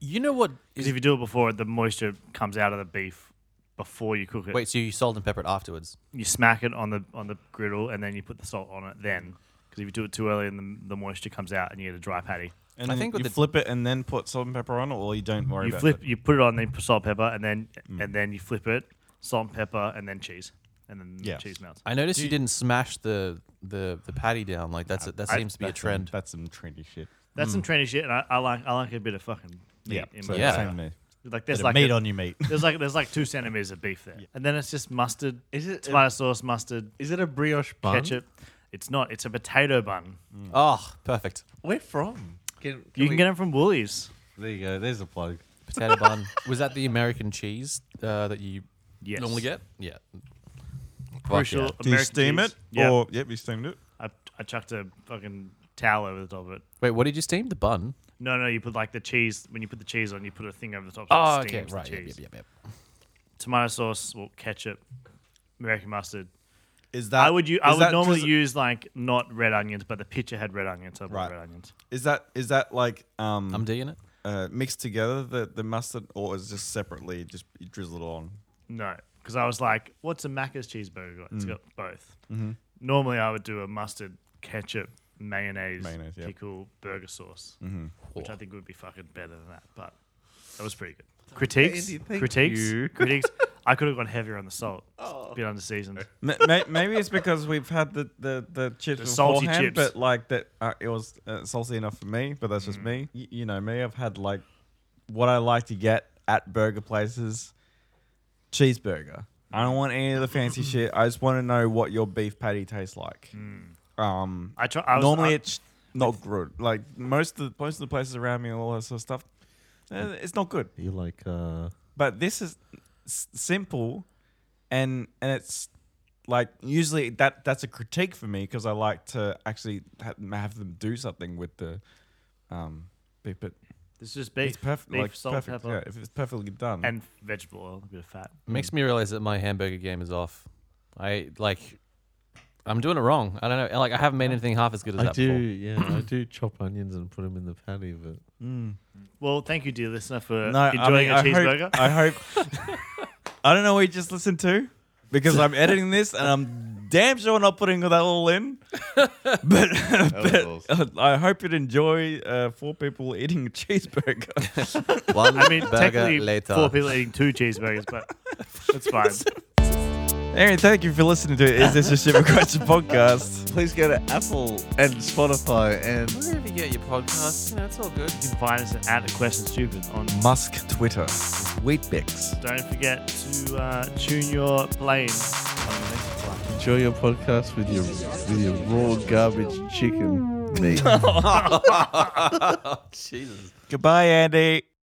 You know what? Because if you do it before, the moisture comes out of the beef before you cook it. Wait, so you salt and pepper it afterwards? you smack it on the on the griddle, and then you put the salt on it. Then, because if you do it too early, and the, the moisture comes out, and you get a dry patty. and I I think think with you the- flip it and then put salt and pepper on, it, or you don't worry You about flip, it. you put it on, then you put salt, pepper, and then Mm. and then you flip it, salt and pepper, and then cheese, and then the Yes. cheese melts. I noticed you, didn't smash the, the, the patty down. Like that's a, that I- seems to be a That's some- trend. That's some trendy shit. That's some trendy shit, and I, I like I like a bit of fucking mm. meat Yeah, in so my Yeah. same there. Like there's Bit of like meat a- on your (laughs) meat. there's like there's like two centimeters of beef there, and then it's just mustard, Is it- tomato sauce, mustard, Is it a brioche bun? ketchup. It's not. It's a potato bun. Oh, perfect. Where from? Can, can you can we- get them from Woolies. There you go. There's a plug. Potato bun. Was that the American cheese uh, that you Yes. normally get? Yeah. Fuck Crucial. yeah. Do you American steam cheese. it? Yeah. Or yep, you steamed it. I, I chucked a fucking towel over the top of it. Wait, what did you steam? The bun? No, no, you put like the cheese when you put the cheese on, you put a thing over the top. So Oh, it okay, steams right. The Yep, cheese. yep, yep, yep. Tomato sauce, well, ketchup, American mustard. Is that I would u- I Uh, is would that normally just- use like not red onions, but the picture had red onions. So I bought Right. red onions. Is that is that like um I'm digging it. Mm. uh, mixed together the, the mustard or is it just separately just you drizzle it on? No, because I was like, what's a Macca's cheeseburger? got? Mm. It's got both. Mm-hmm. Normally, I would do a mustard, ketchup, mayonnaise, Mayonnaise, Mm-hmm. yeah. pickle, burger sauce, which I think would be fucking better than that. But that was pretty good. Critiques, Andy, thank critiques, you. critiques. I could have gone heavier on the salt. It's been under seasoned. Ma- ma- maybe it's because we've had the the, the chips The salty beforehand, chips. Mm. but like that uh, it was uh, salty enough for me. But that's just me. Y- you know me. I've had like what I like to get at burger places, cheeseburger. I don't want any of the (laughs) fancy shit. I just want to know what your beef patty tastes like. Um, I try. I was, normally I- it's not good. Like most of the, most of the places around me and all that sort of stuff, uh, it's not good. You like uh But this is s- simple, and and it's like usually that that's a critique for me because I like to actually ha- have them do something with the um beef, but it's just beef, it's perfect, beef, like salt, perfect. pepper, Yeah, if it's perfectly done, and vegetable oil, a bit of fat. Makes me realize that my hamburger game is off. I like. I'm doing it wrong. I don't know. Like I haven't made anything half as good as I that do, before. yeah, I (clears throat) do chop onions and put them in the patty, (laughs) but Well, thank you, dear listener, for no, uh, enjoying I a mean, cheeseburger. I hope, I hope. (laughs) I don't know what you just listened to, because I'm editing this and I'm damn sure not putting that all in. But, was awesome. but (laughs) I hope you enjoy uh, four people eating a cheeseburger. (laughs) One I mean, burger technically, later. four people eating two cheeseburgers, but (laughs) it's fine. Aaron, thank you for listening to Is This a Ship Question (laughs) podcast. please go to Apple and Spotify and Wherever you get your podcast, you know it's all good. You can find us at a question stupid on. Musk Twitter, Wheatbix. Don't forget to uh, tune your plane. on the next flight. enjoy your podcast with your with your raw (laughs) garbage chicken meat. Jesus. Goodbye, Andy.